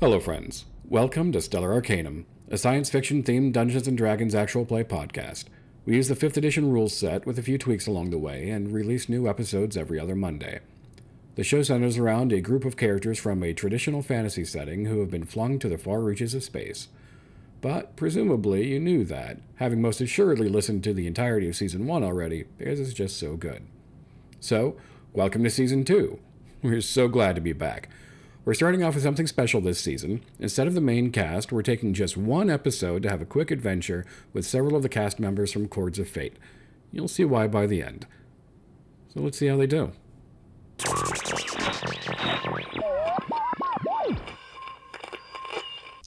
Hello, friends. Welcome to Stellar Arcanum, a science fiction themed Dungeons and Dragons actual play podcast. We use the 5th edition rules set with a few tweaks along the way and release new episodes every other Monday. The show centers around a group of characters from a traditional fantasy setting who have been flung to the far reaches of space. But presumably you knew that, having most assuredly listened to the entirety of season 1 already, because it's just so good. So, welcome to season 2. We're so glad to be back. We're starting off with something special this season. Instead of the main cast, we're taking just one episode to have a quick adventure with several of the cast members from Chords of Fate. You'll see why by the end. So let's see how they do.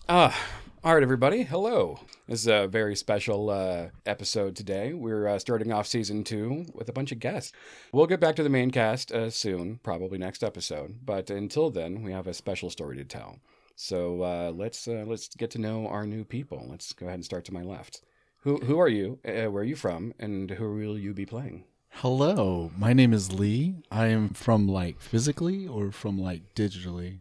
Ah, all right, everybody. Hello. This is a very special uh, episode today. We're uh, starting off season two with a bunch of guests. We'll get back to the main cast uh, soon, probably next episode. But until then, we have a special story to tell. So uh, let's uh, let's get to know our new people. Let's go ahead and start to my left. Who who are you? Uh, where are you from? And who will you be playing? Hello, my name is Lee. I am from like physically or from like digitally.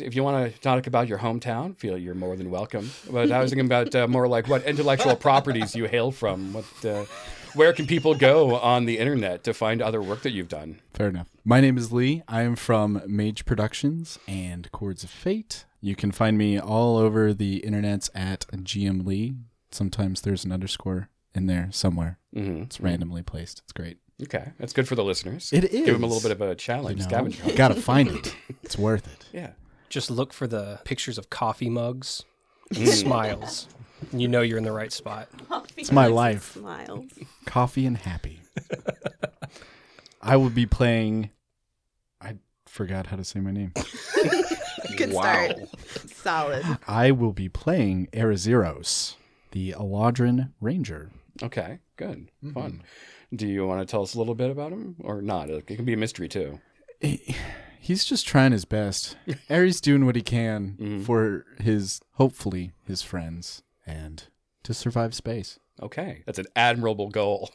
if you want to talk about your hometown, feel you're more than welcome. But I was thinking about uh, more like what intellectual properties you hail from. What, uh, where can people go on the internet to find other work that you've done? Fair enough. My name is Lee. I am from Mage Productions and Chords of Fate. You can find me all over the internets at GM Lee. Sometimes there's an underscore in there somewhere. hmm It's randomly placed. It's great. Okay, that's good for the listeners. It Give them a is. little bit of a challenge, scavenger hunt. gotta find it. It's worth it. Yeah. Just look for the pictures of coffee mugs, and smiles. and You know you're in the right spot. It's my life. Smiles. Coffee and happy. I will be playing. I forgot how to say my name. Good start. Solid. I will be playing Arazeros, the Eladrin Ranger. Okay. Good. Mm-hmm. Fun. Do you want to tell us a little bit about him or not? It can be a mystery too. He's just trying his best. Ares doing what he can for his, hopefully, his friends and to survive space. Okay, that's an admirable goal.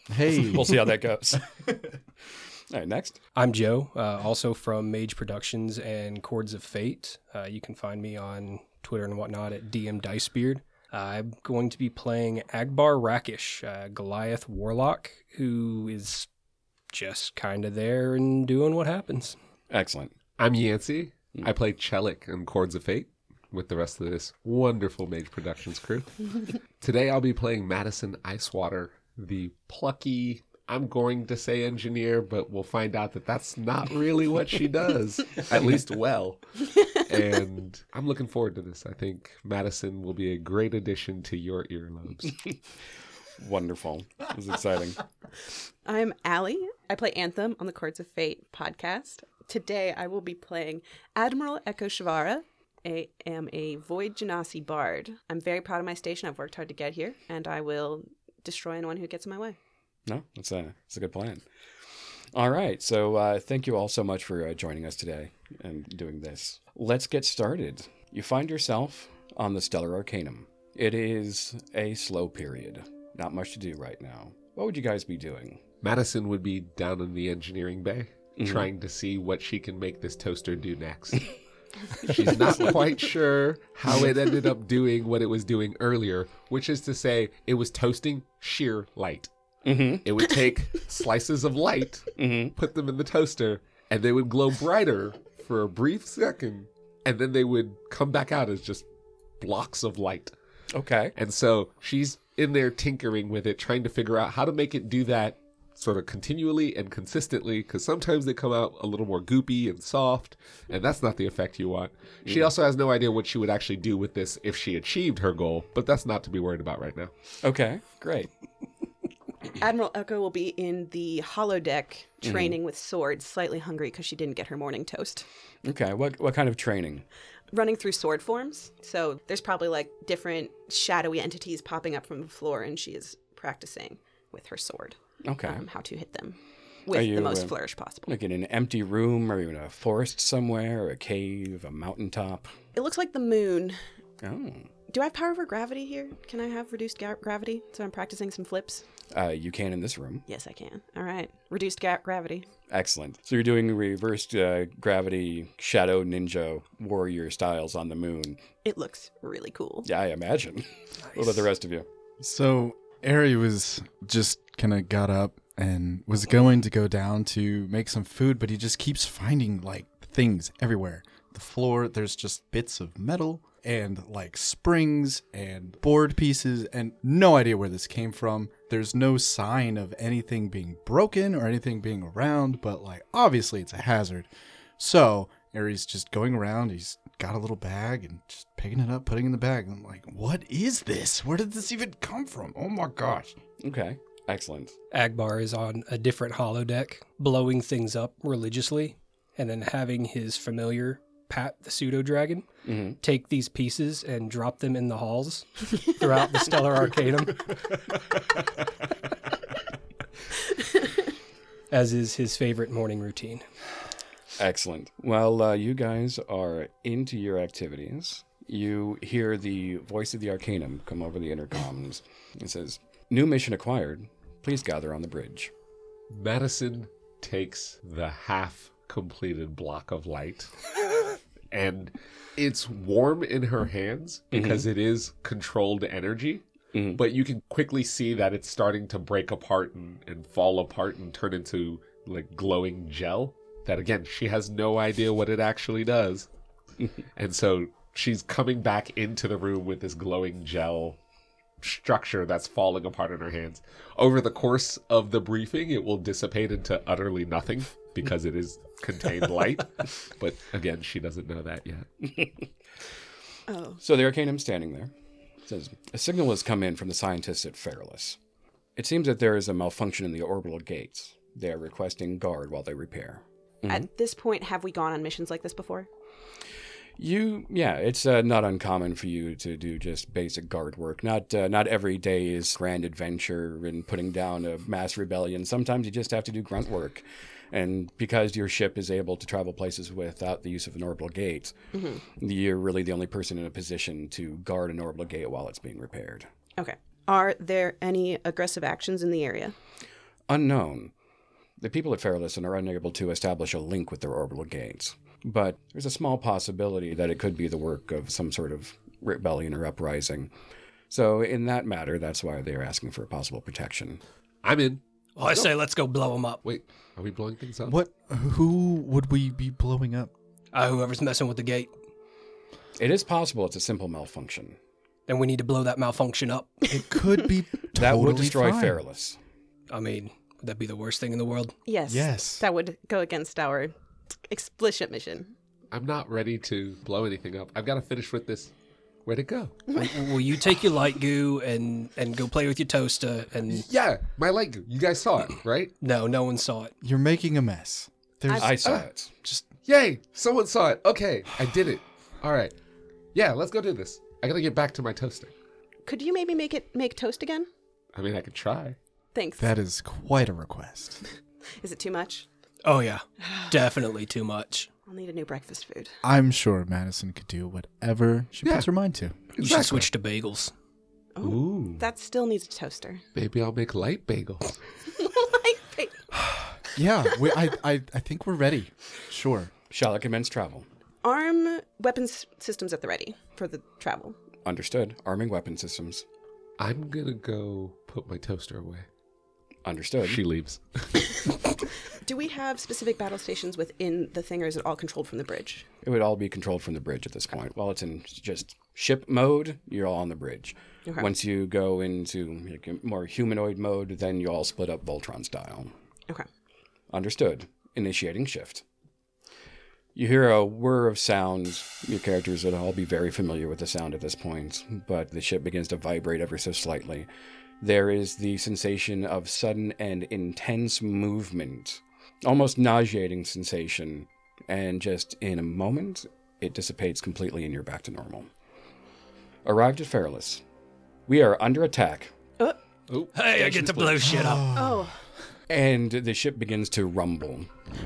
Hey. we'll see how that goes. All right. Next. I'm Joe, uh, also from Mage Productions and Chords of Fate. Uh, you can find me on Twitter and whatnot at DM Dicebeard. Uh, I'm going to be playing Agbar Rakish, uh, Goliath Warlock, who is just kind of there and doing what happens. Excellent. I'm Yancey. I play Chelik in Chords of Fate with the rest of this wonderful Mage Productions crew. Today I'll be playing Madison Icewater, the plucky, I'm going to say engineer, but we'll find out that that's not really what she does, at least well. And I'm looking forward to this. I think Madison will be a great addition to your earlobes. Wonderful. It was exciting. I'm Allie. I play Anthem on the Chords of Fate podcast. Today I will be playing Admiral Echo Shivara. I am a Void Genasi bard. I'm very proud of my station. I've worked hard to get here, and I will destroy anyone who gets in my way. No, that's a that's a good plan. All right, so uh, thank you all so much for uh, joining us today and doing this. Let's get started. You find yourself on the Stellar Arcanum. It is a slow period. Not much to do right now. What would you guys be doing? Madison would be down in the engineering bay Mhm. trying to see what she can make this toaster do next. She's not quite sure how it ended up doing what it was doing earlier, which is to say, it was toasting sheer light. Mm-hmm. It would take slices of light, Mm-hmm. put them in the toaster, and they would glow brighter for a brief second, and then they would come back out as just blocks of light. Okay. And so she's in there tinkering with it, trying to figure out how to make it do that sort of continually and consistently, because sometimes they come out a little more goopy and soft, and that's not the effect you want. She also has no idea what she would actually do with this if she achieved her goal, but that's not to be worried about right now. Okay. Great. Admiral Echo will be in the holodeck Mm-hmm. training with swords, slightly hungry because she didn't get her morning toast. Okay. What what kind of training? running through sword forms. So there's probably like different shadowy entities popping up from the floor, and she is practicing with her sword Okay. um, how to hit them with you, the most uh, flourish possible. like in an empty room, or even a forest somewhere, or a cave, a mountaintop. It looks like the moon Oh. Do I have power over gravity here? Can I have reduced ga- gravity? So I'm practicing some flips. Uh, you can in this room. Yes, I can. All right. Reduced ga- gravity. Excellent. So you're doing reversed uh, gravity shadow ninja warrior styles on the moon. It looks really cool. Yeah, I imagine. What about the rest of you? So Ari was just kind of got up and was going to go down to make some food, but he just keeps finding like things everywhere. The floor, there's just bits of metal and like springs and board pieces and no idea where this came from. There's no sign of anything being broken or anything being around, but like obviously it's a hazard. So Aries just going around. He's got a little bag and just picking it up, putting it in the bag. And I'm like, what is this? Where did this even come from? Oh my gosh. Okay. Excellent. Agbar is on a different holodeck, blowing things up religiously, and then having his familiar, Pat the pseudo dragon, hmm take these pieces and drop them in the halls throughout the Stellar Arcanum, as is his favorite morning routine. Excellent. Well, uh, you guys are into your activities. You hear the voice of the Arcanum come over the intercoms. It says, New mission acquired. Please gather on the bridge. Madison takes the half completed block of light and it's warm in her hands because it is controlled energy. Mhm. But you can quickly see that it's starting to break apart and, and fall apart and turn into like glowing gel. That again, she has no idea what it actually does. and so she's coming back into the room with this glowing gel structure that's falling apart in her hands. Over the course of the briefing, it will dissipate into utterly nothing because it is contained light. but again, she doesn't know that yet. Oh, So the Arcanum standing there says, A signal has come in from the scientists at Fairless. It seems that there is a malfunction in the orbital gates. They are requesting guard while they repair. at this point, have we gone on missions like this before? You, yeah, it's uh, not uncommon for you to do just basic guard work. Not uh, not every day is grand adventure and putting down a mass rebellion. Sometimes you just have to do grunt work, and because your ship is able to travel places without the use of an orbital gate, you're really the only person in a position to guard an orbital gate while it's being repaired. Okay. Are there any aggressive actions in the area? unknown. The people at Fairlison are unable to establish a link with their orbital gates, but there's a small possibility that it could be the work of some sort of rebellion or uprising. So, in that matter, that's why they're asking for possible protection. I'm in. Well, I say let's go blow them up. Wait, are we blowing things up? What? Who would we be blowing up? Uh, whoever's messing with the gate, It is possible it's a simple malfunction then we need to blow that malfunction up. It could be totally that would destroy fine. Fairless. I mean, would that be the worst thing in the world? Yes. Yes. That would go against our explicit mission. I'm not ready to blow anything up. I've got to finish with this. Where'd it go? W- Will you take your light goo and and go play with your toaster? And Yeah, my light. You guys saw it, right? no, no one saw it. You're making a mess. There's I saw it. just Yay! Someone saw it. Okay, I did it. All right. Yeah, let's go do this. I gotta get back to my toaster. Could you maybe make it make toast again? I mean, I could try. Thanks. that is quite a request. Is it too much? Oh yeah, definitely too much. I'll need a new breakfast food. I'm sure Madison could do whatever she Yeah. puts her mind to. You should switch to bagels. Oh, Ooh. that still needs a toaster. Maybe I'll make light bagels. Like, hey, Yeah, we, I, I, I think we're ready. Sure. Shall it commence travel? Arm weapons systems at the ready for the travel. Understood. Arming weapon systems. I'm gonna go put my toaster away. Understood. She leaves. Do we have specific battle stations within the thing, or is it all controlled from the bridge? It would all be controlled from the bridge at this point. While it's in just ship mode, you're all on the bridge. Okay. Once you go into like, more humanoid mode, then you all split up Voltron style. Okay. Understood. Initiating shift. You hear a whir of sound. Your characters would all be very familiar with the sound at this point, but the ship begins to vibrate ever so slightly. There is the sensation of sudden and intense movement, almost nauseating sensation, and just in a moment, it dissipates completely and you're back to normal. Arrived at Fairless. We are under attack Oh, Hey, I get to blow shit up. Oh, And the ship begins to rumble.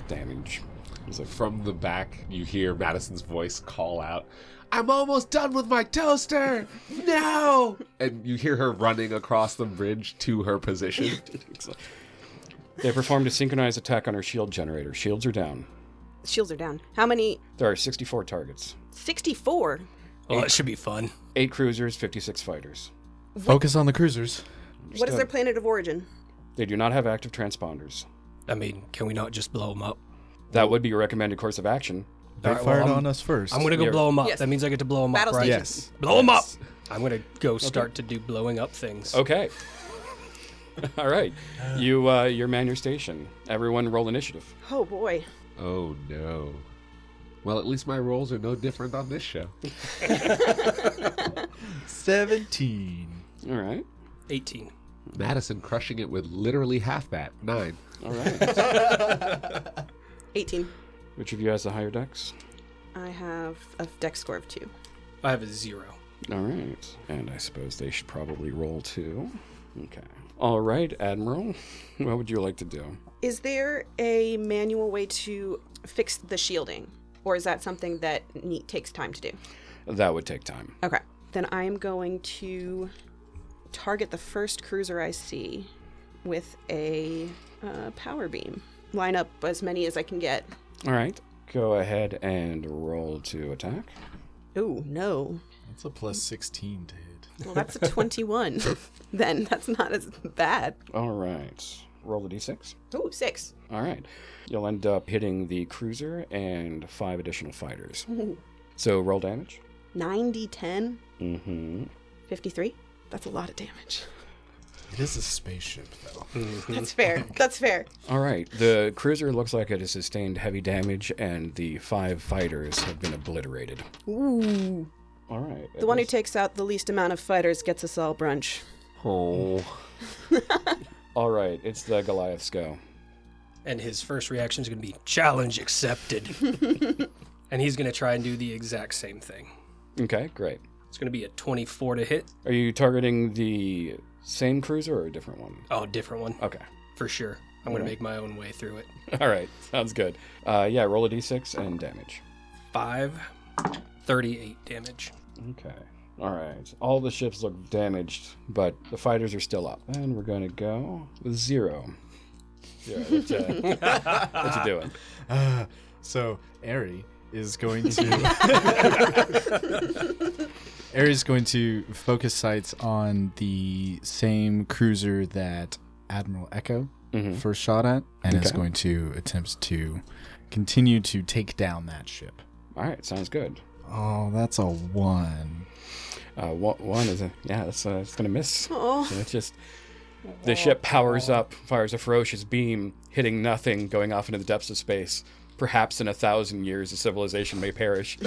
Damage. So from the back, you hear Madison's voice call out, I'm almost done with my toaster. No. And you hear her running across the bridge to her position. They performed a synchronized attack on her shield generator. Shields are down. Shields are down. How many? There are 64 targets, 64. Well, Oh, that should be fun. 8 cruisers, 56 fighters. Focus on the cruisers. What is their planet of origin? They do not have active transponders. I mean, can we not just blow them up? That would be a recommended course of action. They All right, well, fired I'm- on us first. I'm gonna go Yeah. blow them up. Yes. That means I get to blow them up, Battle right? station. Yes. Blow them up. I'm gonna go start to do blowing up things. Okay. All right. You, uh, your man, your station. Everyone roll initiative. Oh boy. oh no. Well, at least my roles are no different on this show. 17. All right. 18. Madison crushing it with literally half that. Nine. All right. 18. Which of you has the higher dex? I have a deck score of two. I have a zero. All right. And I suppose they should probably roll too. Okay. All right, Admiral. What would you like to do? Is there a manual way to fix the shielding? Or is that something that neat takes time to do? That would take time. Okay. Then I am going to target the first cruiser I see with a uh, power beam. Line up as many as I can get. All right. Go ahead and roll to attack. Oh, no. That's a plus 16 to hit. Well, that's a 21. then that's not as bad. All right. Roll the d6. Oh, six. All right. You'll end up hitting the cruiser and five additional fighters. so roll damage. 90, 10, Mm-hmm. 53. That's a lot of damage. It is a spaceship, though. That's fair. That's fair. All right. The cruiser looks like it has sustained heavy damage, and the five fighters have been obliterated. Ooh. All right. The one who takes out the least amount of fighters gets us all brunch. Oh. All right. It's the Goliath's go. And his first reaction is gonna be challenge accepted. and he's gonna try and do the exact same thing. Okay. Great. It's gonna be a 24 to hit. Are you targeting the same cruiser or a different one? Oh, different one Okay. for sure. I'm gonna make my own way through it. All right. Sounds good. Uh, yeah. Roll a d6 and damage. Five, 38 damage. Okay. All right. All the ships look damaged, but the fighters are still up. And we're going to go with zero. Yeah, that's, uh, that's a do it. Uh, so, Ari is going to. Ari is going to focus sights on the same cruiser that Admiral Echo Mhm. first shot at, and is Okay. going to attempt to continue to take down that ship. All right. Sounds good. Oh, that's a one. Uh, one, one is a yeah. That's uh, it's gonna miss. Oh. So it's just the ship powers up, fires a ferocious beam, hitting nothing, going off into the depths of space. Perhaps in a thousand years, a civilization may perish.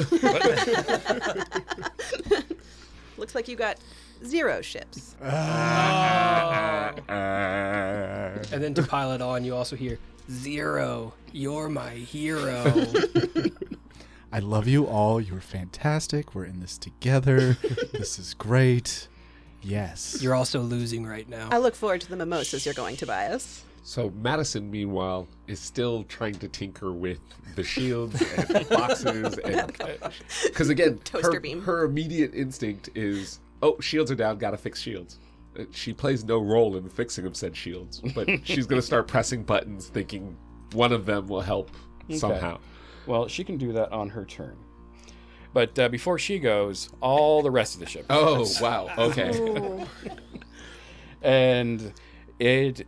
Looks like you got zero ships. And then to pile it on, you also hear Zero, you're my hero. I love you all. You're fantastic. We're in this together. this is great. Yes. you're also losing right now. I look forward to the mimosas you're going to buy us. So Madison, meanwhile, is still trying to tinker with the shields and boxes, and because again, Toaster her, beam. her immediate instinct is, "Oh, shields are down. Gotta fix shields." Uh, She plays no role in fixing of said shields, but she's gonna start pressing buttons, thinking one of them will help somehow. well, she can do that on her turn. But uh, before she goes, all the rest of the ship, Oh wow! Okay, Ooh. and it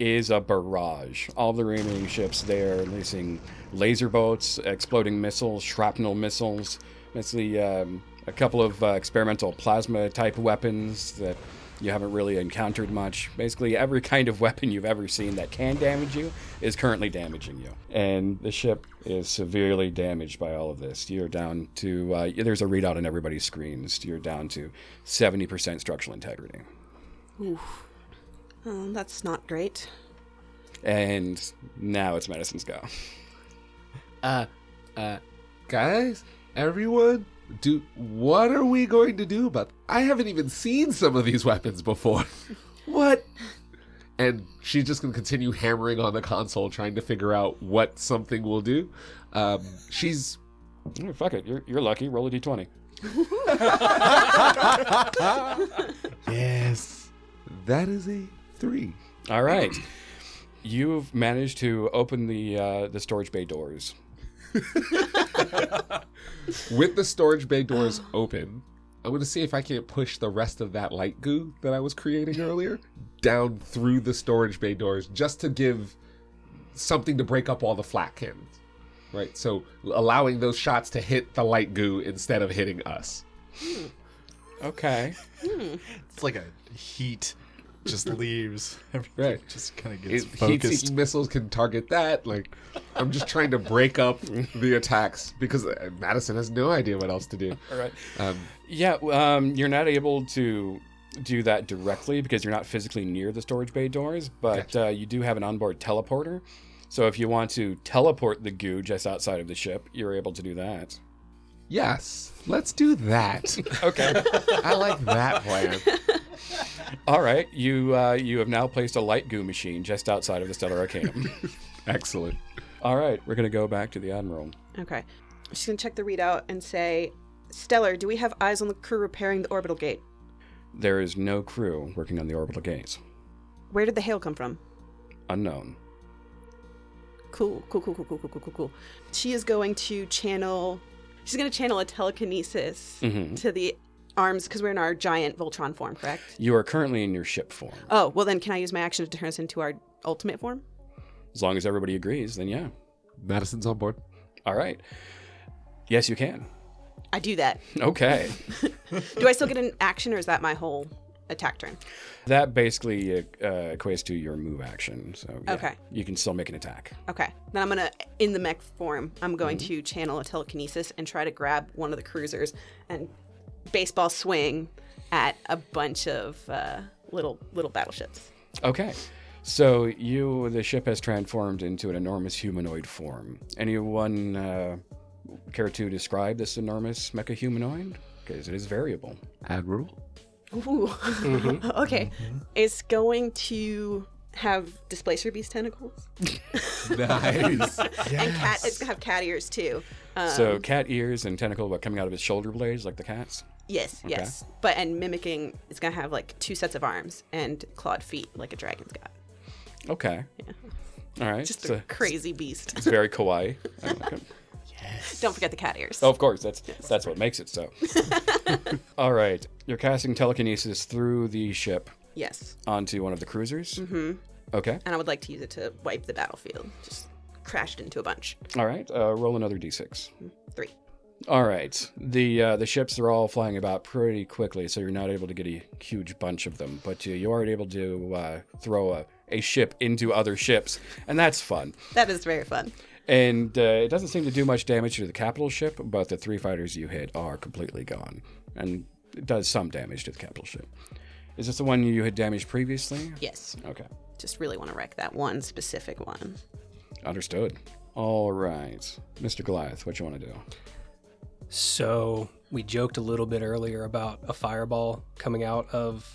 is a barrage. All the remaining ships they are releasing laser boats, exploding missiles, shrapnel missiles, mostly um, a couple of uh, experimental plasma type weapons that you haven't really encountered much. Basically, every kind of weapon you've ever seen that can damage you is currently damaging you. And the ship is severely damaged by all of this. You're down to, uh, there's a readout on everybody's screens. You're down to 70% structural integrity. Um, that's not great. And now it's Madison's go. guys, everyone, do what are we going to do about? I haven't even seen some of these weapons before. what? And she's just going to continue hammering on the console, trying to figure out what something will do. Um, she's fuck it, you're, you're lucky. Roll a d20. Yes. That is a three. All right. You've managed to open the uh, the storage bay doors. With the storage bay doors open, I'm going to see if I can't push the rest of that light goo that I was creating earlier down through the storage bay doors just to give something to break up all the flat cannons. Right? So allowing those shots to hit the light goo instead of hitting us. Okay. It's like a heat just leaves. Everything Right. just kind of It- gets focused. Heat-seeking missiles can target that. Like, I'm just trying to break up the attacks because uh, Madison has no idea what else to do. All right. Um, Yeah, um, you're not able to do that directly because you're not physically near the storage bay doors, but uh, you do have an onboard teleporter. So if you want to teleport the goo just outside of the ship, you're able to do that. yes, let's do that. Okay. I like that plan. All right. You uh, you have now placed a light goo machine just outside of the stellar arcanum. Excellent. All right. We're gonna go back to the admiral. Okay. I'm just going to check the readout and say, Stellar, do we have eyes on the crew repairing the orbital gate? There is no crew working on the orbital gates. Where did the hail come from? Unknown. Cool, cool, cool, cool, cool, cool, cool, cool, cool. She is going to channel. She's going to channel a telekinesis to the arms because we're in our giant Voltron form, correct? You are currently in your ship form. Oh, well, then can I use my action to turn us into our ultimate form? As long as everybody agrees, then yeah. Madison's on board. All right. Yes, you can. I do that. Okay. Do I still get an action or is that my whole attack turn? That basically uh, uh, equates to your move action. So yeah, Okay. you can still make an attack. Okay. Then I'm going to, in the mech form, I'm going to channel a telekinesis and try to grab one of the cruisers and baseball swing at a bunch of uh, little little battleships. Okay. So you, the ship has transformed into an enormous humanoid form. Anyone uh, care to describe this enormous mecha humanoid? Because it is variable. Admiral. Ooh. okay. It's going to have displacer beast tentacles Nice. and cat. It's gonna have cat ears too. Um, so cat ears and tentacle, what coming out of its shoulder blades like the cats? yes, yes. But and mimicking, it's gonna have like two sets of arms and clawed feet like a dragon's got. Okay. All right. Just so a crazy beast. it's very kawaii. I like it. Don't forget the cat ears. Oh, of course, that's that's what makes it so. All right, you're casting telekinesis through the ship Yes. onto one of the cruisers. Mm-hmm. Okay. And I would like to use it to wipe the battlefield. Just crashed into a bunch. All right. Uh, roll another d6. Three. All right. The uh, the ships are all flying about pretty quickly, so you're not able to get a huge bunch of them, but uh, you, you are able to uh, throw a, a ship into other ships, and that's fun. That is very fun. And uh, it doesn't seem to do much damage to the capital ship, but the three fighters you hit are completely gone, and it does some damage to the capital ship. Is this the one you had damaged previously? Yes. Okay. Just really want to wreck that one specific one. Understood. All right, Mr. Goliath, what you want to do? So we joked a little bit earlier about a fireball coming out of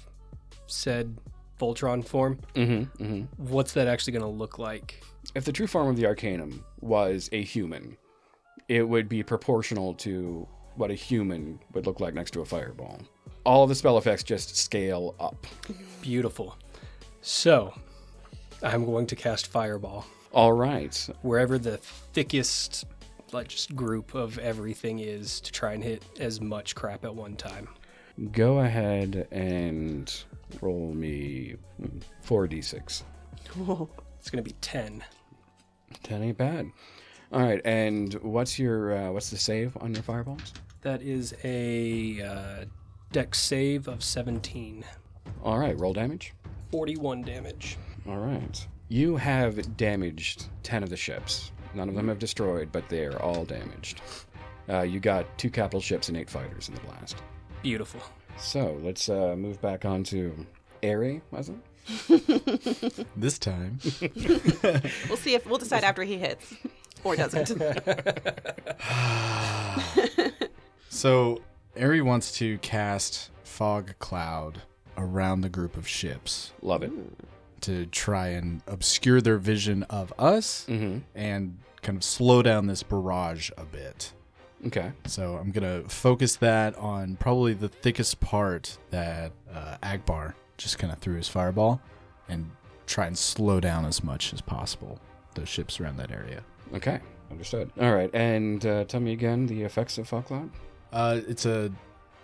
said Voltron form. Mm-hmm. Mm-hmm. What's that actually going to look like? if the true form of the arcanum was a human, it would be proportional to what a human would look like next to a fireball. All the spell effects just scale up. Beautiful. So I'm going to cast fireball All right. wherever the thickest like just group of everything is to try and hit as much crap at one time. Go ahead and roll me 4d6. It's going to be 10. That ain't bad. All right, and what's your uh, what's the save on your fireballs? That is a uh, dex save of 17. All right, roll damage. 41 damage. All right. You have damaged 10 of the ships. None of them have destroyed, but they are all damaged. Uh, you got two capital ships and eight fighters in the blast. Beautiful. So let's uh, move back on to Airy, was it? This time, We'll see if we'll decide after he hits or doesn't. so Eri wants to cast fog cloud around the group of ships Love it. to try and obscure their vision of us Mm-hmm. and kind of slow down this barrage a bit. Okay. So I'm gonna focus that on probably the thickest part that uh, Agbar just kind of threw his fireball, and try and slow down as much as possible the ships around that area. Okay. Understood. All right. And uh, tell me again the effects of fog cloud. Uh, it's a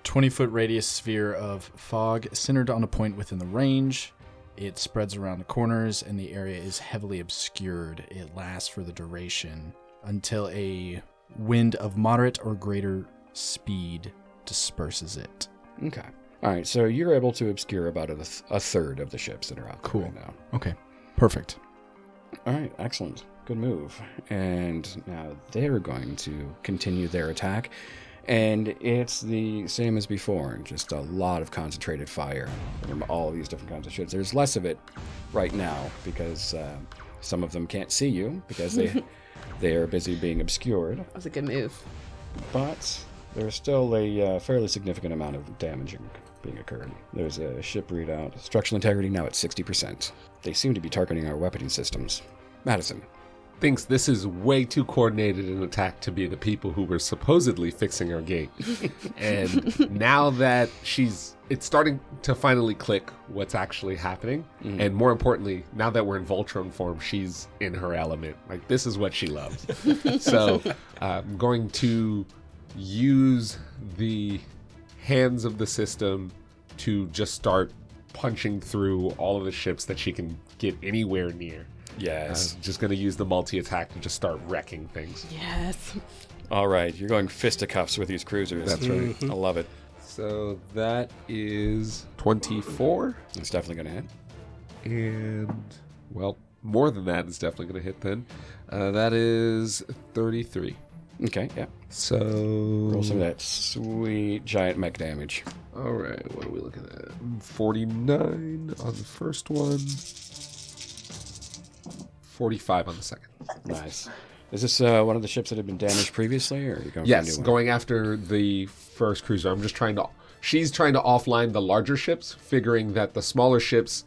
20 foot radius sphere of fog centered on a point within the range. It spreads around the corners, and the area is heavily obscured. It lasts for the duration until a wind of moderate or greater speed disperses it. Okay. All right. So you're able to obscure about a, th- a third of the ships that are out there Cool. right now. Okay, perfect. All right, excellent. Good move. And now they're going to continue their attack. And it's the same as before, just a lot of concentrated fire from all these different kinds of ships. There's less of it right now because uh, some of them can't see you because they they are busy being obscured. That was a good move. But there's still a uh, fairly significant amount of damage being occurred. There's a ship readout. Structural integrity now at 60%. They seem to be targeting our weaponing systems. Madison, Thinks this is way too coordinated an attack to be the people who were supposedly fixing our gate. and now that she's. It's starting to finally click what's actually happening. And more importantly, now that we're in Voltron form, she's in her element. Like, this is what she loves. so uh, I'm going to use the hands of the system to just start punching through all of the ships that she can get anywhere near. Yes. Uh, just gonna use the multi attack to just start wrecking things. Yes. All right, you're going fisticuffs with these cruisers. That's right. I love it. So that is 24, It's definitely going to hit. and well, more than that is definitely gonna hit. Then uh, that is 33. Okay, yeah. So Roll some of that sweet giant mech damage. all right, what are we looking at? 49 on the first one. 45 on the second. Nice. Is this uh, one of the ships that had been damaged previously, or are you going Yes, for a new one? going after the first cruiser. I'm just trying to. She's trying to offline the larger ships, figuring that the smaller ships,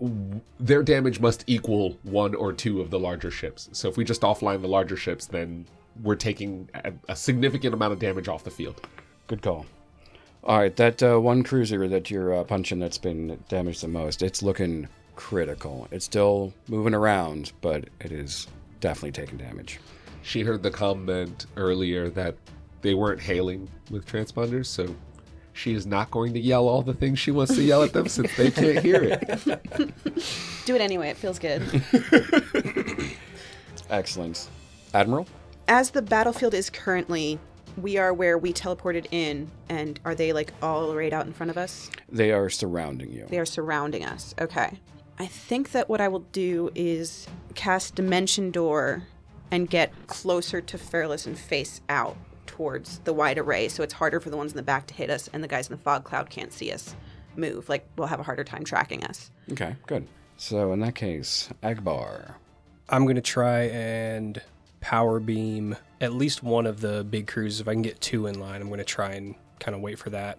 w- their damage must equal one or two of the larger ships. So if we just offline the larger ships, then we're taking a, a significant amount of damage off the field. Good call. All right, that uh, one cruiser that you're uh, punching that's been damaged the most, it's looking critical. It's still moving around, but it is definitely taking damage. She heard the comment earlier that they weren't hailing with transponders, so she is not going to yell all the things she wants to yell at them since they can't hear it. Do it anyway. It feels good. Excellent. Admiral? As the battlefield is currently, we are where we teleported in, and are they like all right out in front of us? They are surrounding you. They are surrounding us. Okay. I think that what I will do is cast Dimension Door and get closer to Fairless and face out towards the wide array so it's harder for the ones in the back to hit us and the guys in the fog cloud can't see us move. Like, we'll have a harder time tracking us. Okay, good. So in that case, Agbar. I'm gonna try and power beam at least one of the big cruises. If I can get two in line, I'm gonna try and kind of wait for that.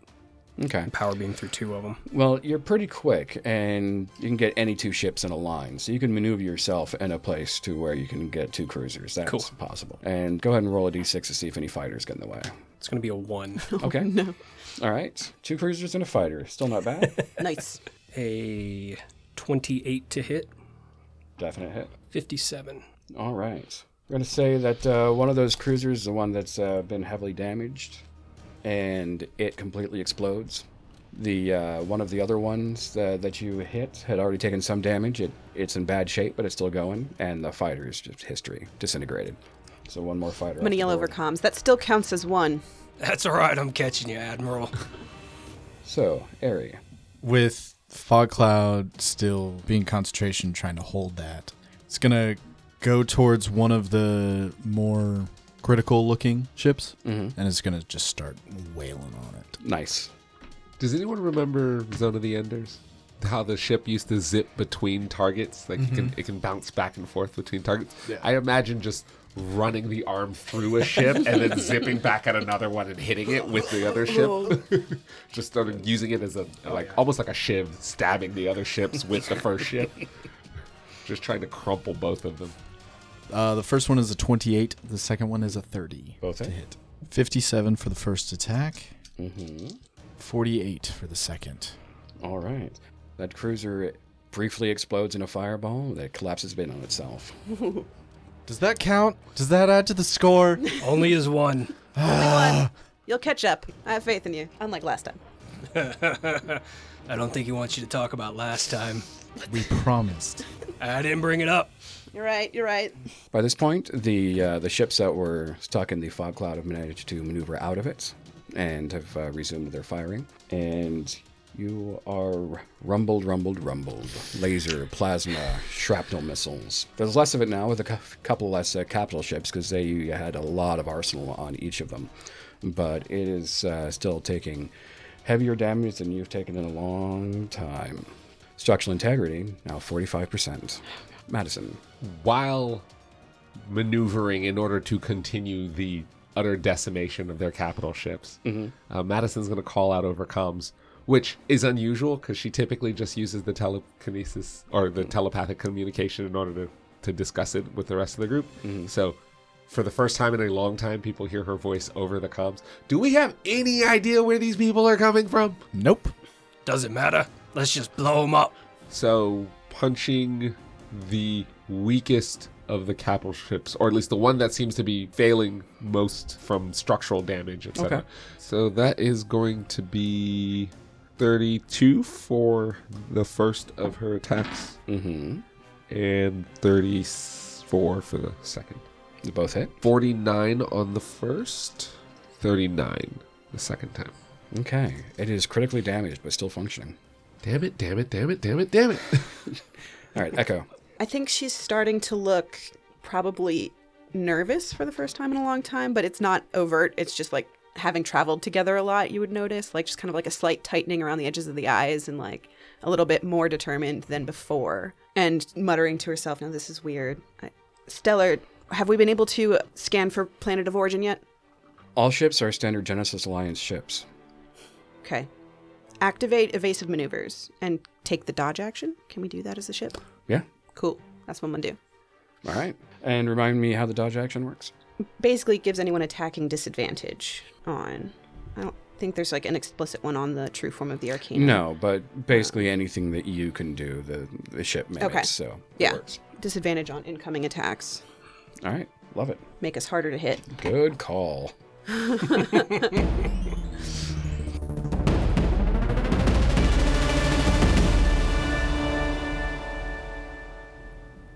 Okay. Power beam through two of them. Well, you're pretty quick, and you can get any two ships in a line, so you can maneuver yourself in a place to where you can get two cruisers. That's Cool. possible. And go ahead and roll a d6 to see if any fighters get in the way. It's gonna be a one, Okay. no. All right. Two cruisers and a fighter. Still not bad. Nice. a 28 to hit, Definite hit. 57. All right. We're going to say that uh, one of those cruisers is the one that's uh, been heavily damaged, and it completely explodes. The uh, one of the other ones uh, that, that you hit had already taken some damage. It it's in bad shape, but it's still going, and the fighter is just history, disintegrated. So one more fighter. I'm going to yell over comms. That still counts as one. That's all right. I'm catching you, Admiral. So Airy. with fog cloud still being concentration trying to hold that it's gonna go towards one of the more critical looking ships Mm-hmm. and it's gonna just start wailing on it Nice. Does anyone remember Zone of the Enders? How the ship used to zip between targets, like you can, it can bounce back and forth between targets. I imagine just running the arm through a ship and then zipping back at another one and hitting it with the other ship. just started using it as a like almost like a shiv, stabbing the other ships with the first ship. Just trying to crumple both of them. uh, the first one is a 28 the second one is a 30 Both to hit? hit 57 for the first attack, Mm-hmm. 48 for the second. All right. That cruiser briefly explodes in a fireball that collapses in on itself. Does that count? Does that add to the score? Only is one. You'll catch up. I have faith in you, unlike last time. I don't think he wants you to talk about last time. we promised. I didn't bring it up. You're right. You're right. By this point, the uh, the ships that were stuck in the fog cloud have managed to maneuver out of it and have uh, resumed their firing. And you are rumbled, rumbled, rumbled. Laser, plasma, shrapnel missiles. There's less of it now with a cou- couple less uh, capital ships because they had a lot of arsenal on each of them. But it is uh, still taking heavier damage than you've taken in a long time. Structural integrity now 45%. Madison, while maneuvering in order to continue the utter decimation of their capital ships. Uh, Madison's going to call out over comms, which is unusual because she typically just uses the telekinesis or the telepathic communication in order to, to discuss it with the rest of the group. So. For the first time in a long time, people hear her voice over the comms. Do we have any idea where these people are coming from? Nope. Doesn't matter. Let's just blow him up. So punching the weakest of the capital ships, or at least the one that seems to be failing most from structural damage, etc. Okay. So that is going to be 32 for the first of her attacks, and 34 for the second. you both hit. 49 on the first, 39 the second time. Okay. It is critically damaged, but still functioning. Damn it! Damn it! Damn it! Damn it! Damn it! All right, Echo. I think she's starting to look probably nervous for the first time in a long time, but it's not overt. It's just like having traveled together a lot, you would notice, like just kind of like a slight tightening around the edges of the eyes and like a little bit more determined than before. And muttering to herself, "Now this is weird." I, Stellar, have we been able to scan for planet of origin yet? All ships are standard Genesis Alliance ships. Okay. Activate evasive maneuvers and take the dodge action. Can we do that as a ship? Yeah. Cool. That's what I'm gonna do. All right. And remind me how the dodge action works. basically gives anyone attacking disadvantage on. I don't think there's like an explicit one on the true form of the arcane. No, but basically anything that you can do, the, the ship makes. Okay. So it Yeah. works. Disadvantage on incoming attacks. All right. Love it. Make us harder to hit. Good call.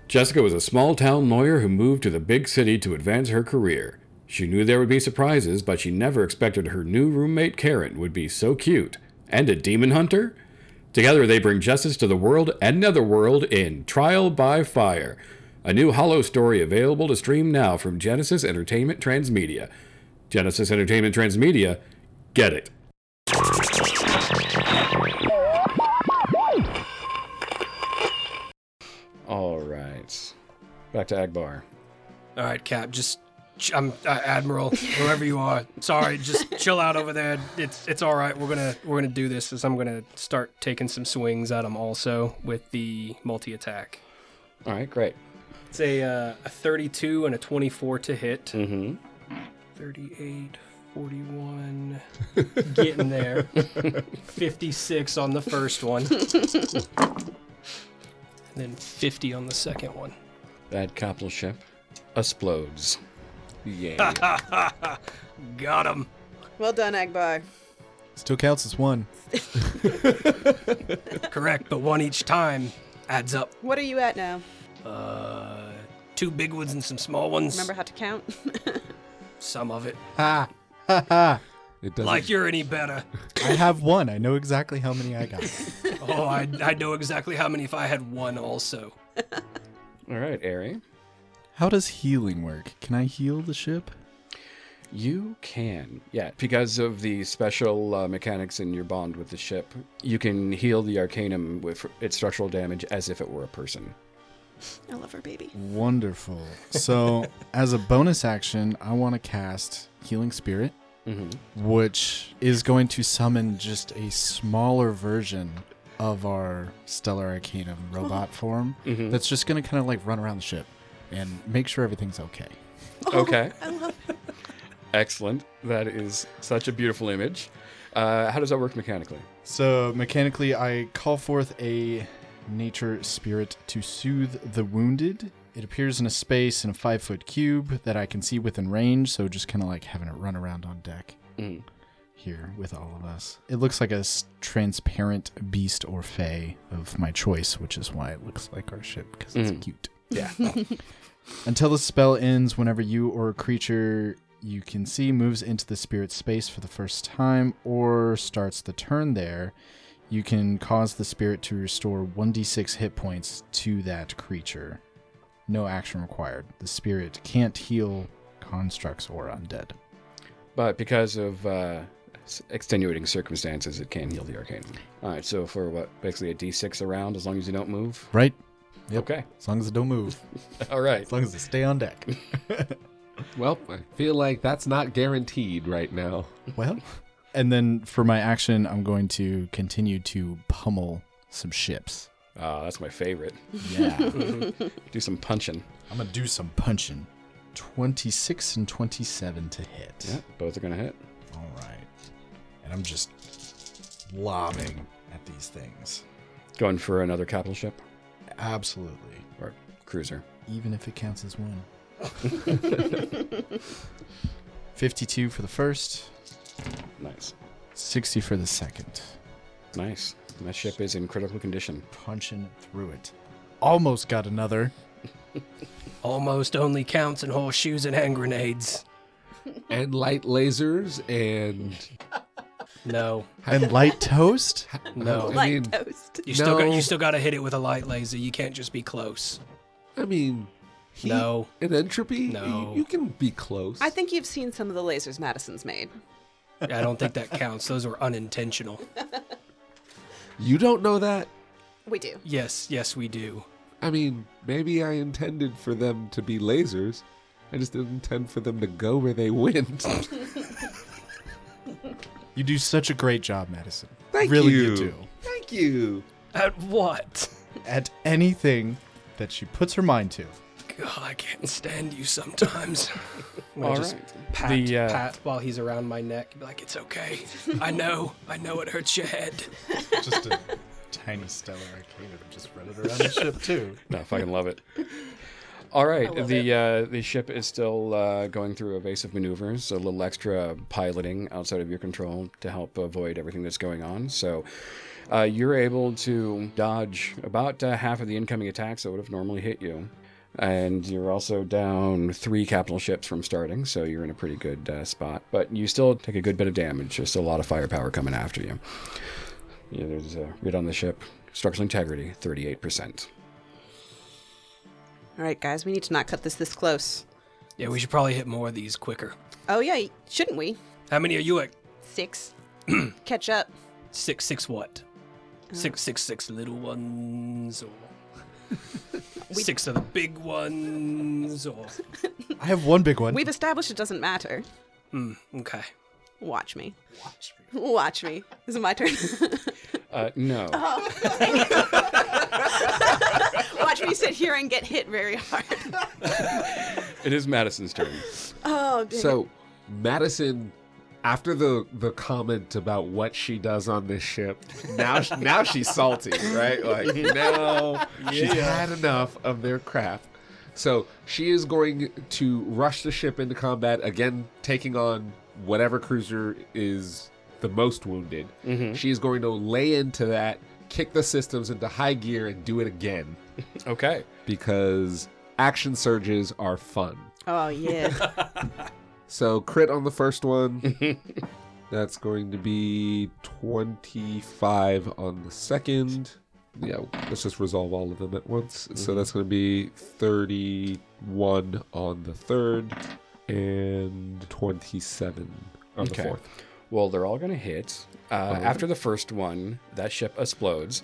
Jessica was a small town lawyer who moved to the big city to advance her career. She knew there would be surprises, but she never expected her new roommate Karen would be so cute. And a demon hunter? Together they bring justice to the world and netherworld in Trial by Fire, a new hollow story available to stream now from Genesis Entertainment Transmedia. Genesis Entertainment Transmedia, get it. All right. Back to Agbar. All right, Cap. Just ch- I'm uh, Admiral, whoever you are. Sorry, just chill out over there. It's it's all right. We're gonna we're gonna do this. As I'm gonna start taking some swings at him also with the multi attack. All right, great. It's a uh, a 32 and a 24 to hit. Mm-hmm. 38, 41, getting there. 56 on the first one. and then 50 on the second one. That capital ship explodes. yeah. Got him. Well done, Agbar. Still counts as one. Correct, but one each time adds up. What are you at now? Uh, two big ones and some small ones. Remember how to count? Some of it. Ha! Ha ha! It doesn't Like you're any better. I have one. I know exactly how many I got. Oh, I, I know exactly how many if I had one also. All right, Ari. How does healing work? Can I heal the ship? You can, yeah, because of the special uh, mechanics in your bond with the ship, you can heal the Arcanum with its structural damage as if it were a person. I love her, baby. Wonderful. So, as a bonus action, I want to cast Healing Spirit, which is going to summon just a smaller version of our Stellar Arcanum robot form that's just going to kind of like run around the ship and make sure everything's okay. Okay. I love Excellent. That is such a beautiful image. Uh, how does that work mechanically? So mechanically, I call forth a nature spirit to soothe the wounded. It appears in a space in a five foot cube that I can see within range, so just kind of like having it run around on deck Mm. here with all of us. It looks like a s- transparent beast or fey of my choice, which is why it looks like our ship because Mhm. it's cute. Yeah. Until the spell ends, whenever you or a creature you can see moves into the spirit space for the first time or starts the turn there, you can cause the spirit to restore 1d6 hit points to that creature. No action required. The spirit can't heal constructs or undead. But because of uh, s- extenuating circumstances, it can heal the arcane. All right, so for what, basically a d6 a round, as long as you don't move? Right? Yep. Okay. As long as it don't move. All right. As long as it stay on deck. Well, I feel like that's not guaranteed right now. well. And then for my action, I'm going to continue to pummel some ships. Uh, that's my favorite. Yeah. Do some punching. I'm gonna do some punching. 26 and 27 to hit. Yeah, both are going to hit. All right. And I'm just lobbing at these things. Going for another capital ship Absolutely. or cruiser. Even if it counts as one. 52 for the first, Nice. 60 for the second. Nice. And that ship is in critical condition. Punching through it. Almost got another. Almost only counts in horseshoes and hand grenades. And light lasers and No, And light toast? no. I Like mean, toast. You still got No. you still got to hit it with a light laser. You can't just be close. I mean, heat No. and entropy. No. you, you can be close. I think you've seen some of the lasers Madison's made. I don't think that counts. Those were unintentional. you don't know that. We do. Yes, yes, we do. I mean, maybe I intended for them to be lasers. I just didn't intend for them to go where they went. You do such a great job, Madison. Thank really you. do. Thank you. At what? At anything that she puts her mind to. God, I can't stand you sometimes. I'm gonna All just right. pat, The, uh, pat while he's around my neck. Be like, it's okay. I know. I know it hurts your head. just a tiny stellar arcana just run it around the ship too. No, I fucking love it. All right, the uh, the ship is still uh, going through evasive maneuvers, a little extra piloting outside of your control to help avoid everything that's going on. So uh, you're able to dodge about uh, half of the incoming attacks that would have normally hit you, and you're also down three capital ships from starting, so you're in a pretty good uh, spot. But you still take a good bit of damage. There's still a lot of firepower coming after you. Yeah, there's a read on the ship. Structural integrity, thirty-eight percent. All right, guys, we need to not cut this this close. Yeah, we should probably hit more of these quicker. Oh yeah, shouldn't we? How many are you at? Six. Catch up. Six, six what? Six, six, six little ones, or six of the big ones, or I have one big one. We've established it doesn't matter. Hmm, okay. Watch me. Watch me. Is it my turn? Uh, no. Watch me sit here and get hit very hard. It is Madison's turn. Oh, dang. So, Madison, after the the comment about what she does on this ship, now sh- now she's salty, right? Like now she's had enough of their crap. So she is going to rush the ship into combat again, taking on whatever cruiser is the most wounded. She is going to lay into that, kick the systems into high gear, and do it again Okay. because action surges are fun. oh yeah. So crit on the first one. That's going to be 25 on the second. Yeah, let's just resolve all of them at once. So that's going to be 31 on the third and 27 on Okay. the fourth. Well, they're all going to hit. Oh, Uh, after the first one, that ship explodes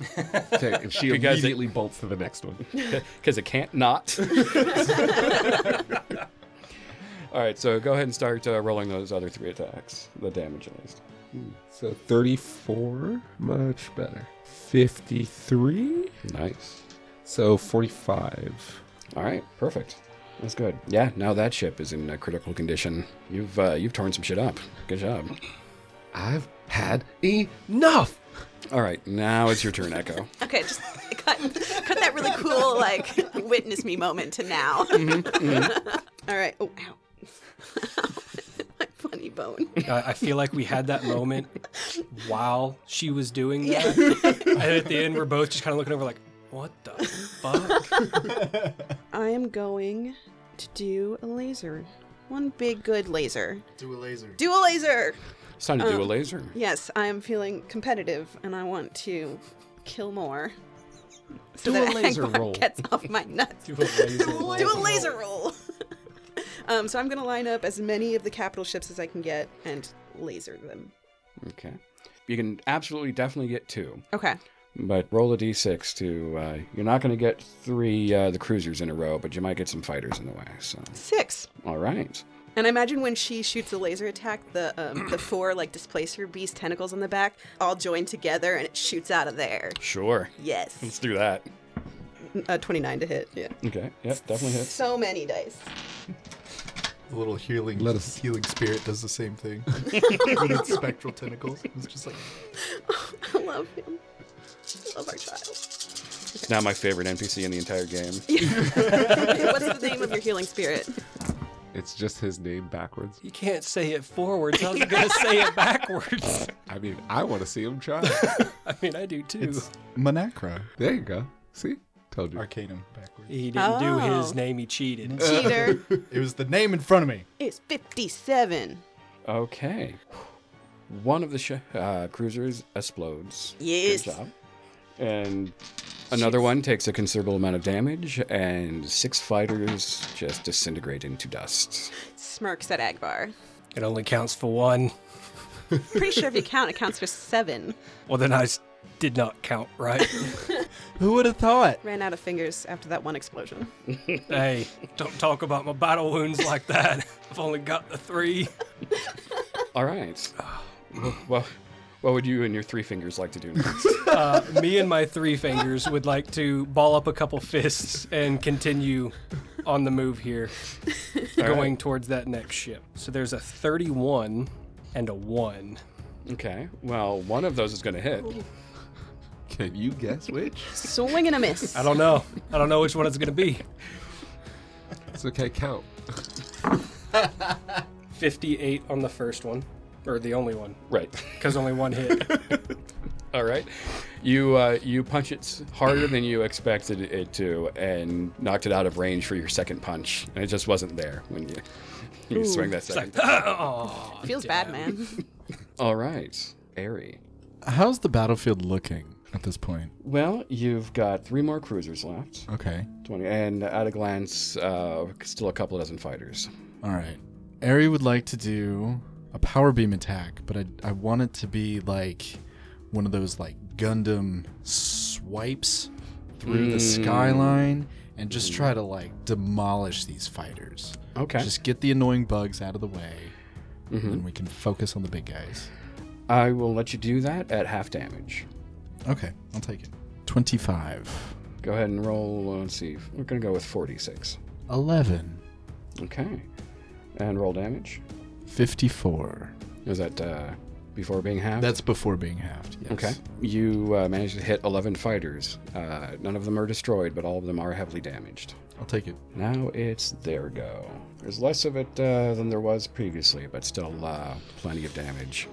Okay, and she Because it- immediately bolts to the next one. because it can't not. all right, so go ahead and start uh, rolling those other three attacks, the damage at least. So 34, much better. 53, Nice. so 45. All right, perfect. That's good. Yeah, now that ship is in a critical condition. You've uh, you've torn some shit up. Good job. I've had e- enough. All right, now it's your turn, Echo. Okay, just cut cut that really cool like witness me moment to now. All right. Oh, ow. My funny bone. I, I feel like we had that moment while she was doing that. and at the end, we're both just kind of looking over like, what the fuck? I am going to do a laser. One big good laser. Do a laser. Do a laser. It's time to do a laser. Yes, I am feeling competitive and I want to kill more. So Do that a laser Ankbar roll. Gets off my nuts. Do a laser Do roll. a laser roll. um, so I'm going to line up as many of the capital ships as I can get and laser them. Okay. You can absolutely definitely get two, Okay. but roll a d6 to. Uh, you're not going to get three uh, the cruisers in a row, but you might get some fighters in the way. So, Six. all right. And I imagine when she shoots a laser attack, the um, the four like displacer beast tentacles on the back all join together and it shoots out of there. Sure. Yes. do that. Uh, 29 to hit. Yeah. Okay. Yep. Definitely hits. So many dice. The little healing Let us- healing spirit does the same thing. With its spectral tentacles. It's just like I love him. I love our child. Now my favorite NPC in the entire game. What's the name of your healing spirit? It's just his name backwards. You can't say it forwards. How's it going to say it backwards? I mean, I want to see him try. I mean, I do too. It's Monacra. there you go. See, told you. Arcanum backwards. He didn't do Oh. his name. He cheated. Cheater. it was the name in front of me. It's 57. Okay. One of the sh- uh, cruisers explodes. Yes. Good job. And another one takes a considerable amount of damage, and six fighters just disintegrate into dust. Smirks at Agbar. It only counts for one. Pretty sure if you count, it counts for seven. Well, then I s- did not count right. Who would have thought? Ran out of fingers after that one explosion. hey, don't talk about my battle wounds like that. I've only got the three. All right. well, what would you and your three fingers like to do next? Uh, me and my three fingers would like to ball up a couple fists and continue on the move here, going towards that next ship. So there's a 31 and a 1. okay. Well, one of those is going to hit. Can you guess which? Swing and a miss. I don't know. I don't know which one it's going to be. it's okay. Count. 58 on the first one, or the only one, Right. because only one hit. All right. You uh, you punch it s- harder than you expected it to, and knocked it out of range for your second punch, and it just wasn't there when you you swing that second. Aw, Feels bad, man. All right, Airy. How's the battlefield looking at this point? Well, you've got three more cruisers left. Okay. Twenty, and at a glance, uh, still a couple dozen fighters. All right. Ari would like to do a power beam attack, but I, I want it to be like one of those like Gundam swipes through the Hmm. skyline and just try to like demolish these fighters. Okay. Mm-hmm. Just get the annoying bugs out of the way, and we can focus on the big guys. I will let you do that at half damage. Okay, I'll take it. 25. Go ahead and roll. uh, Let's see. We're gonna go with forty-six. 11. Okay. And roll damage. 54. Is that uh, before being half? That's before being halved. Yes. Okay. You uh, managed to hit 11 fighters. Uh, none of them are destroyed, but all of them are heavily damaged. I'll take it. Now it's their go. There's less of it uh, than there was previously, but still uh, plenty of damage.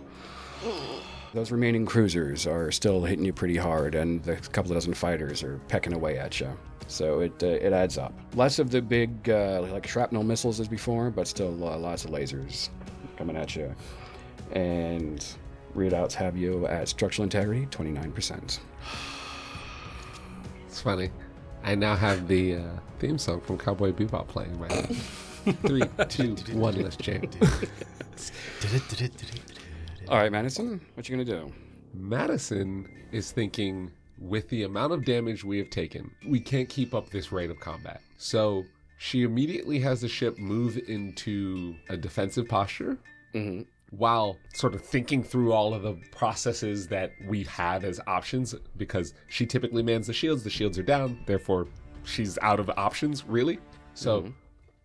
Those remaining cruisers are still hitting you pretty hard, and the couple dozen fighters are pecking away at you. So it uh, it adds up. Less of the big uh, like shrapnel missiles as before, but still uh, lots of lasers coming at you. And readouts have you at structural integrity 29%. It's funny. I now have the uh, theme song from Cowboy Bebop playing in my head. Three, two, one. Let's jam. All right, Madison, what you gonna do? Madison is thinking with the amount of damage we have taken, we can't keep up this rate of combat. So she immediately has the ship move into a defensive posture Mm-hmm. while sort of thinking through all of the processes that we have as options because she typically mans the shields, the shields are down, therefore she's out of options, really. So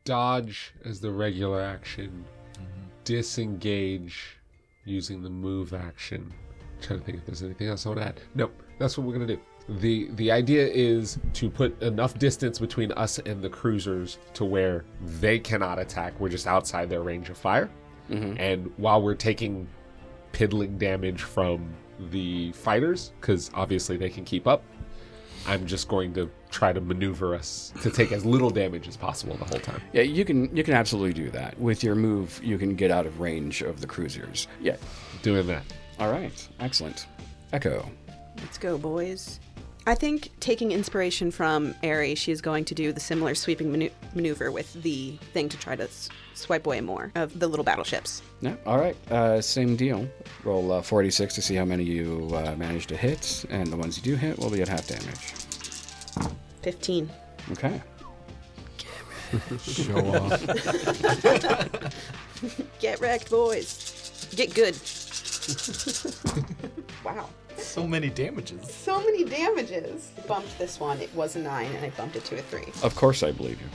dodge as the regular action, disengage using the move action. trying to think if there's anything else I want to add. Nope, that's what we're gonna do. The the idea is to put enough distance between us and the cruisers to where they cannot attack. We're just outside their range of fire. And while we're taking piddling damage from the fighters, because obviously they can keep up, I'm just going to try to maneuver us to take as little damage as possible the whole time. Yeah, you can you can absolutely do that. With your move, you can get out of range of the cruisers. Yeah. Doing that. All right. Excellent. Echo. Let's go, boys. I think taking inspiration from Aerie, she is going to do the similar sweeping manu- maneuver with the thing to try to s- swipe away more of the little battleships. Yeah. All right. Uh, same deal. Roll uh, 46 to see how many you uh, manage to hit, and the ones you do hit will be at half damage. 15. Okay. Show off. Get wrecked, boys. Get good. wow. So many damages. So many damages. Bumped this one. It was a nine, and I bumped it to a three. Of course, I believe you.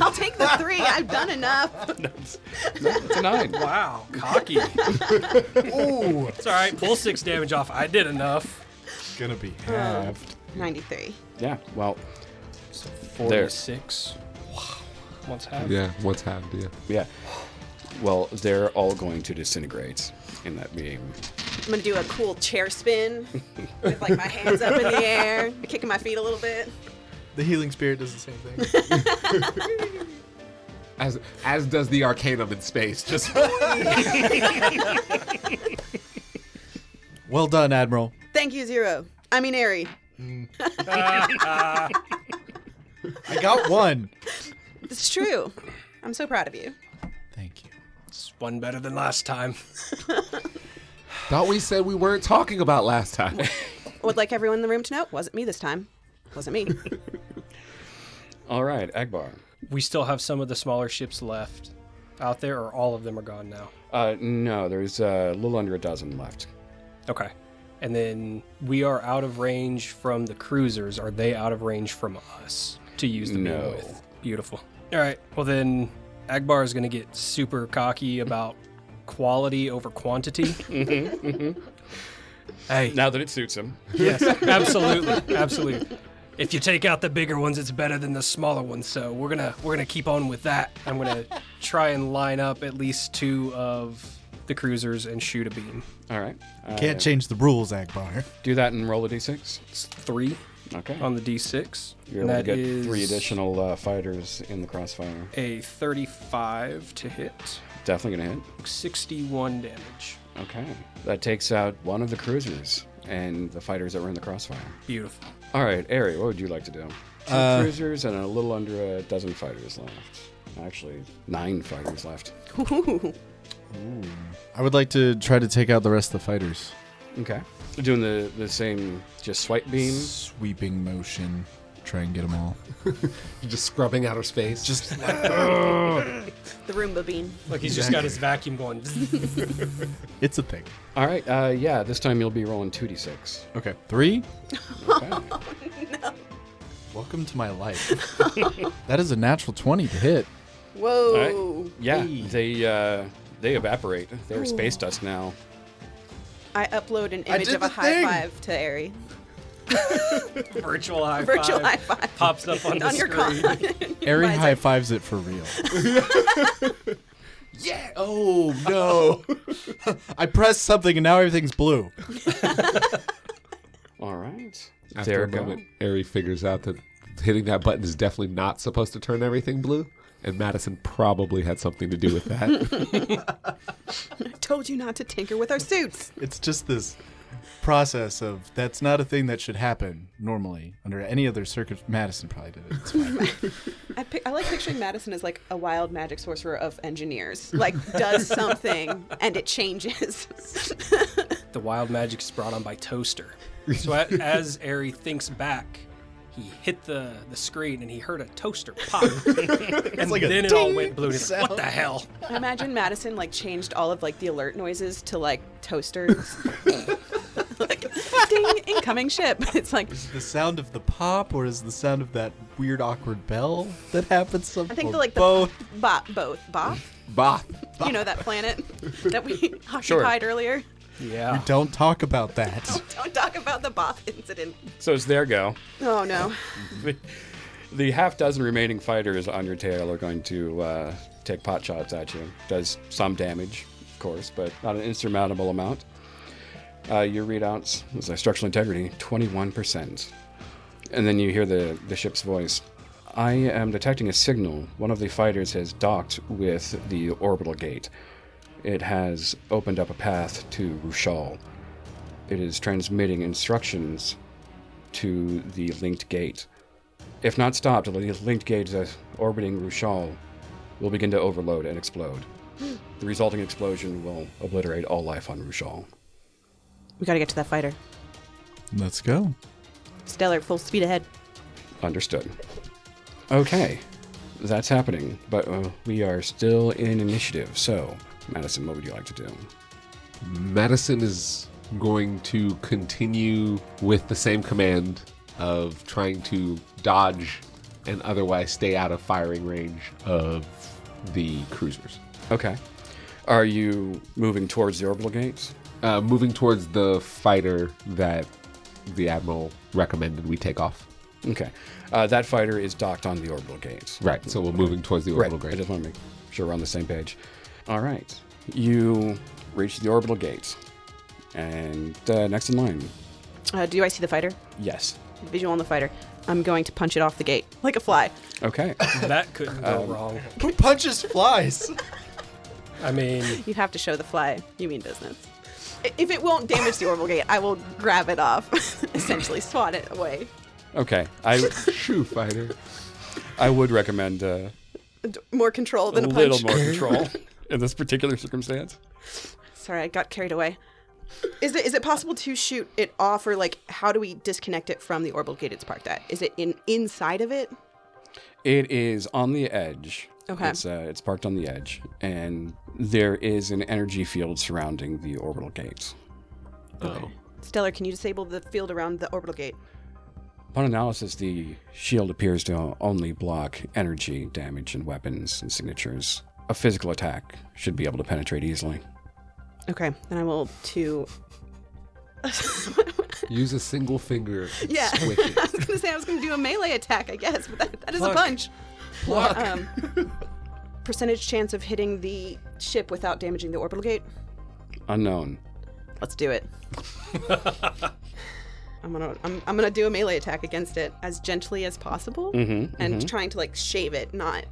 I'll take the three. I've done enough. It's a nine. Wow, cocky. Ooh, it's all right. Pull six damage off. I did enough. Gonna be halved. 93. yeah. Well, Forty-six. Wow. Once half. Yeah, what's halved, yeah. yeah. Well, they're all going to disintegrate in that beam. I'm going to do a cool chair spin with like my hands up in the air, kicking my feet a little bit. The healing spirit does the same thing. As as does the Arcanum in space. Just well done, Admiral. Thank you, Zero. I mean, Aerie. I got one. It's true. I'm so proud of you. Thank you. It's one better than last time. thought we said we weren't talking about last time. Would like everyone in the room to know, wasn't me this time. Wasn't me. All right, Agbar. We still have some of the smaller ships left out there, or all of them are gone now. Uh, no, there's uh, a little under a dozen left. Okay. And then we are out of range from the cruisers. Are they out of range from us to use the No. beam with? Beautiful. All right. Well, then Agbar is going to get super cocky about quality over quantity. Hey, Now that it suits him. yes, absolutely, absolutely. If you take out the bigger ones, it's better than the smaller ones. So we're gonna we're gonna keep on with that. I'm gonna try and line up at least two of the cruisers and shoot a beam. All right. Uh, Can't change the rules, Agbar. do that and roll a d6. It's three. Okay. on the D6. You're and able to Um, that get three is additional uh, fighters in the crossfire. A 35 to hit, Definitely gonna hit. 61 damage. Okay. That takes out one of the cruisers and the fighters that were in the crossfire. Beautiful. All right, Ari, what would you like to do? Two Uh, cruisers and a little under a dozen fighters left. Actually, nine fighters left. I would like to try to take out the rest of the fighters. Okay. Doing the, the same just swipe beam. Sweeping motion. Try and get them all. just scrubbing outer space. Just the Roomba bean. Like he's just got his vacuum going. It's a thing. All right, uh, yeah, this time you'll be rolling 2d6. Okay. Three. Okay. Welcome to my life. that is a natural 20 to hit. All Whoa. right. Yeah, they uh, they evaporate. They're space dust now. I upload an I image did of a the high thing. five to Aerie. Virtual high Virtual five. high five. Pops up on, on the your screen. con. Airy Mine's high fives it for real. yeah. Oh no. I pressed something and now everything's blue. All right. after there a we go. moment, Ari figures out that hitting that button is definitely not supposed to turn everything blue. And Madison probably had something to do with that. Told you not to tinker with our suits. It's just this process of that's not a thing that should happen normally under any other circuit. Madison probably did it. It's fine. I, pic- I like picturing Madison as like a wild magic sorcerer of engineers. Like does something and it changes. The wild magic is brought on by Toaster. So a- as Airy thinks back, he hit the, the screen and he heard a toaster pop. and like a then it all ding went blue. And he's like, what sound. the hell? I imagine Madison like changed all of like the alert noises to like toasters. like, ding, incoming ship. It's like, Is it the sound of the pop, or is it the sound of that weird awkward bell that happens? Some I think or the like the both. Ba- both. Ba? Bah. You know that planet that we occupied earlier? Yeah. Don't talk about that. Don't talk about the Both incident. So it's their go. Oh no. The, the half dozen remaining fighters on your tail are going to uh, take pot shots at you. Does some damage, of course, but not an insurmountable amount. Uh, your readouts is like structural integrity, 21%. And then you hear the, the ship's voice. I am detecting a signal. One of the fighters has docked with the orbital gate. It has opened up a path to Rushal. It is transmitting instructions to the linked gate. If not stopped, the linked gate uh, orbiting Rushal will begin to overload and explode. the resulting explosion will obliterate all life on Rushal. We gotta get to that fighter. Let's go. Stellar, full speed ahead. Understood. Okay, that's happening, but uh, we are still in initiative. So, Madison, what would you like to do? Madison is going to continue with the same command of trying to dodge and otherwise stay out of firing range of the cruisers. Okay. Are you moving towards the orbital gates? Uh, moving towards the fighter that the admiral recommended we take off. Okay. Uh, that fighter is docked on the orbital gates. Right. So we're moving towards the orbital I grid. just want to make sure we're on the same page. All right. You reach the orbital gates. And uh, next in line. Uh, do I see the fighter? Yes. Visual on the fighter. I'm going to punch it off the gate like a fly. Okay. That couldn't go wrong. Who punches flies? I mean, You have to show the fly. You mean business. I- If it won't damage the orbital gate, I will grab it off, essentially swat it away. Okay. I, Shoo, fighter. I would recommend uh, D- More control a than a, little punch. more control in this particular circumstance. Sorry, I got carried away. Is it is it possible to shoot it off, or like how do we disconnect it from the orbital gate it's parked at? Is it in inside of it? It is on the edge. Okay. It's, uh, it's parked on the edge. And there is an energy field surrounding the orbital gates. Oh. Stellar, can you disable the field around the orbital gate? Upon analysis, the shield appears to only block energy, damage, and weapons and signatures. A physical attack should be able to penetrate easily. Okay, then I will to. Use a single finger. and Yeah. squish I it. was gonna say I was gonna do a melee attack, I guess, but that, that is Pluck. a punch. Um, percentage chance of hitting the ship without damaging the orbital gate. Unknown. Let's do it. I'm gonna I'm, I'm gonna do a melee attack against it as gently as possible and trying to like shave it, not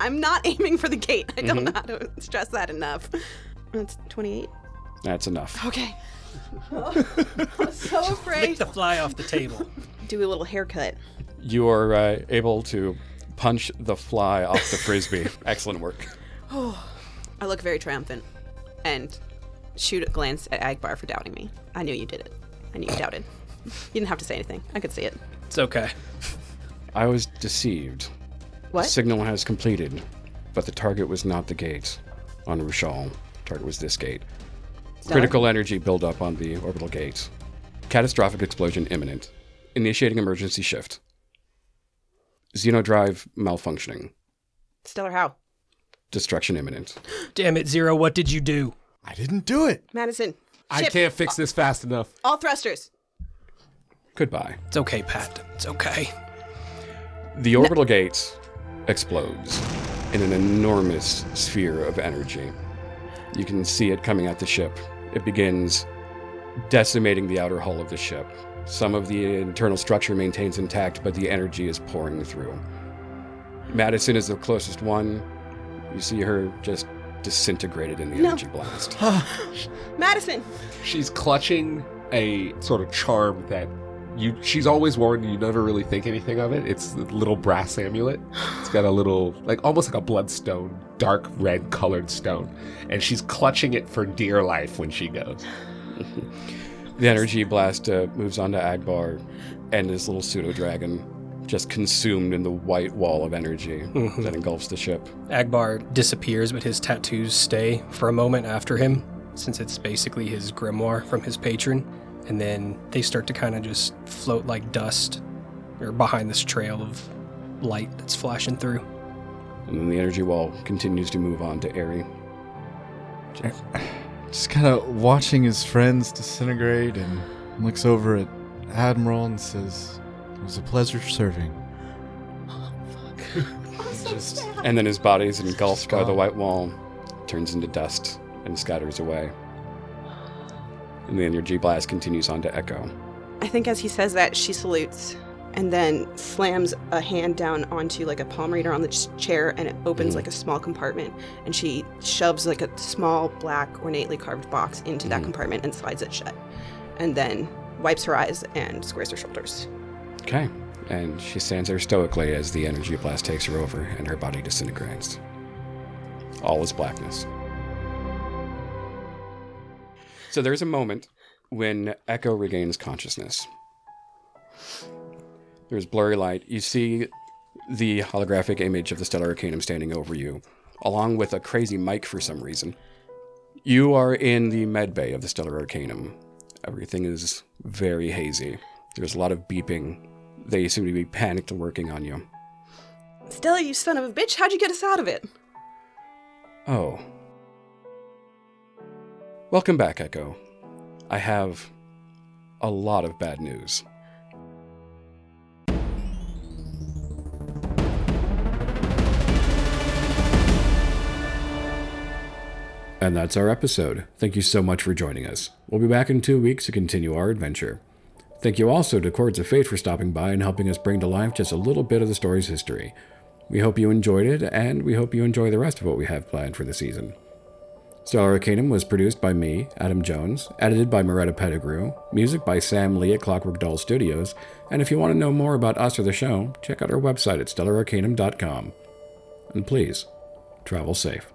I'm not aiming for the gate. I don't know how to stress that enough. That's 28. That's enough. Okay. I'm so pick afraid. the fly off the table. Do a little haircut. You are uh, able to punch the fly off the frisbee. Excellent work. I look very triumphant and shoot a glance at Agbar for doubting me. I knew you did it. I knew you doubted. You didn't have to say anything. I could see it. It's okay. I was deceived. What? Signal has completed, but the target was not the gate on Rushal. Target was this gate. Stellar? Critical energy buildup on the orbital gate. Catastrophic explosion imminent. Initiating emergency shift. Xenodrive malfunctioning. Stellar how? Destruction imminent. Damn it, Zero, what did you do? I didn't do it. Madison. I ship, can't fix this fast enough. All thrusters. Goodbye. It's okay, Pat. It's okay. The orbital gate explodes in an enormous sphere of energy. You can see it coming at the ship. It begins decimating the outer hull of the ship. Some of the internal structure maintains intact, but the energy is pouring through. Madison is the closest one. You see her just disintegrated in the energy blast. Madison. She's clutching a sort of charm that you she's always worn you never really think anything of it. It's a little brass amulet. It's got a little like almost like a bloodstone, dark red colored stone. And she's clutching it for dear life when she goes. The energy blast uh, moves onto Agbar and his little pseudo dragon, just consumed in the white wall of energy that engulfs the ship. Agbar disappears, but his tattoos stay for a moment after him, since it's basically his grimoire from his patron. and then they start to kind of just float like dust or behind this trail of light that's flashing through. And then the energy wall continues to move on to Airy. Just Just kind of watching his friends disintegrate and looks over at Admiral and says, It was a pleasure serving. Oh, Just- And then his body is engulfed Just by the gone. white wall, turns into dust, and scatters away. And the energy blast continues on to Echo. I think as he says that, she salutes and then slams a hand down onto like a palm reader on the ch- chair and it opens Mhm. like a Mm. small compartment and she shoves like a small black ornately carved box into that Mm. Mhm. compartment and slides it shut and then wipes her eyes and squares her shoulders. Okay. And she stands there stoically as the energy blast takes her over and her body disintegrates. All is blackness. So there's a moment when Echo regains consciousness. There's blurry light. You see the holographic image of the Stellar Arcanum standing over you, along with a crazy mic for some reason. You are in the med bay of the Stellar Arcanum. Everything is very hazy. There's a lot of beeping. They seem to be panicked and working on you. Stella, you son of a bitch, how'd you get us out of it? Oh. Welcome back, Echo. I have a lot of bad news. And that's our episode. Thank you so much for joining us. We'll be back in two weeks to continue our adventure. Thank you also to Chords of Fate for stopping by and helping us bring to life just a little bit of the story's history. We hope you enjoyed it, and we hope you enjoy the rest of what we have planned for the season. Stellar Arcanum was produced by me, Adam Jones, edited by Moretta Pettigrew, music by Sam Lee at Clockwork Doll Studios, and if you want to know more about us or the show, check out our website at stellararcanum.com. And please, travel safe.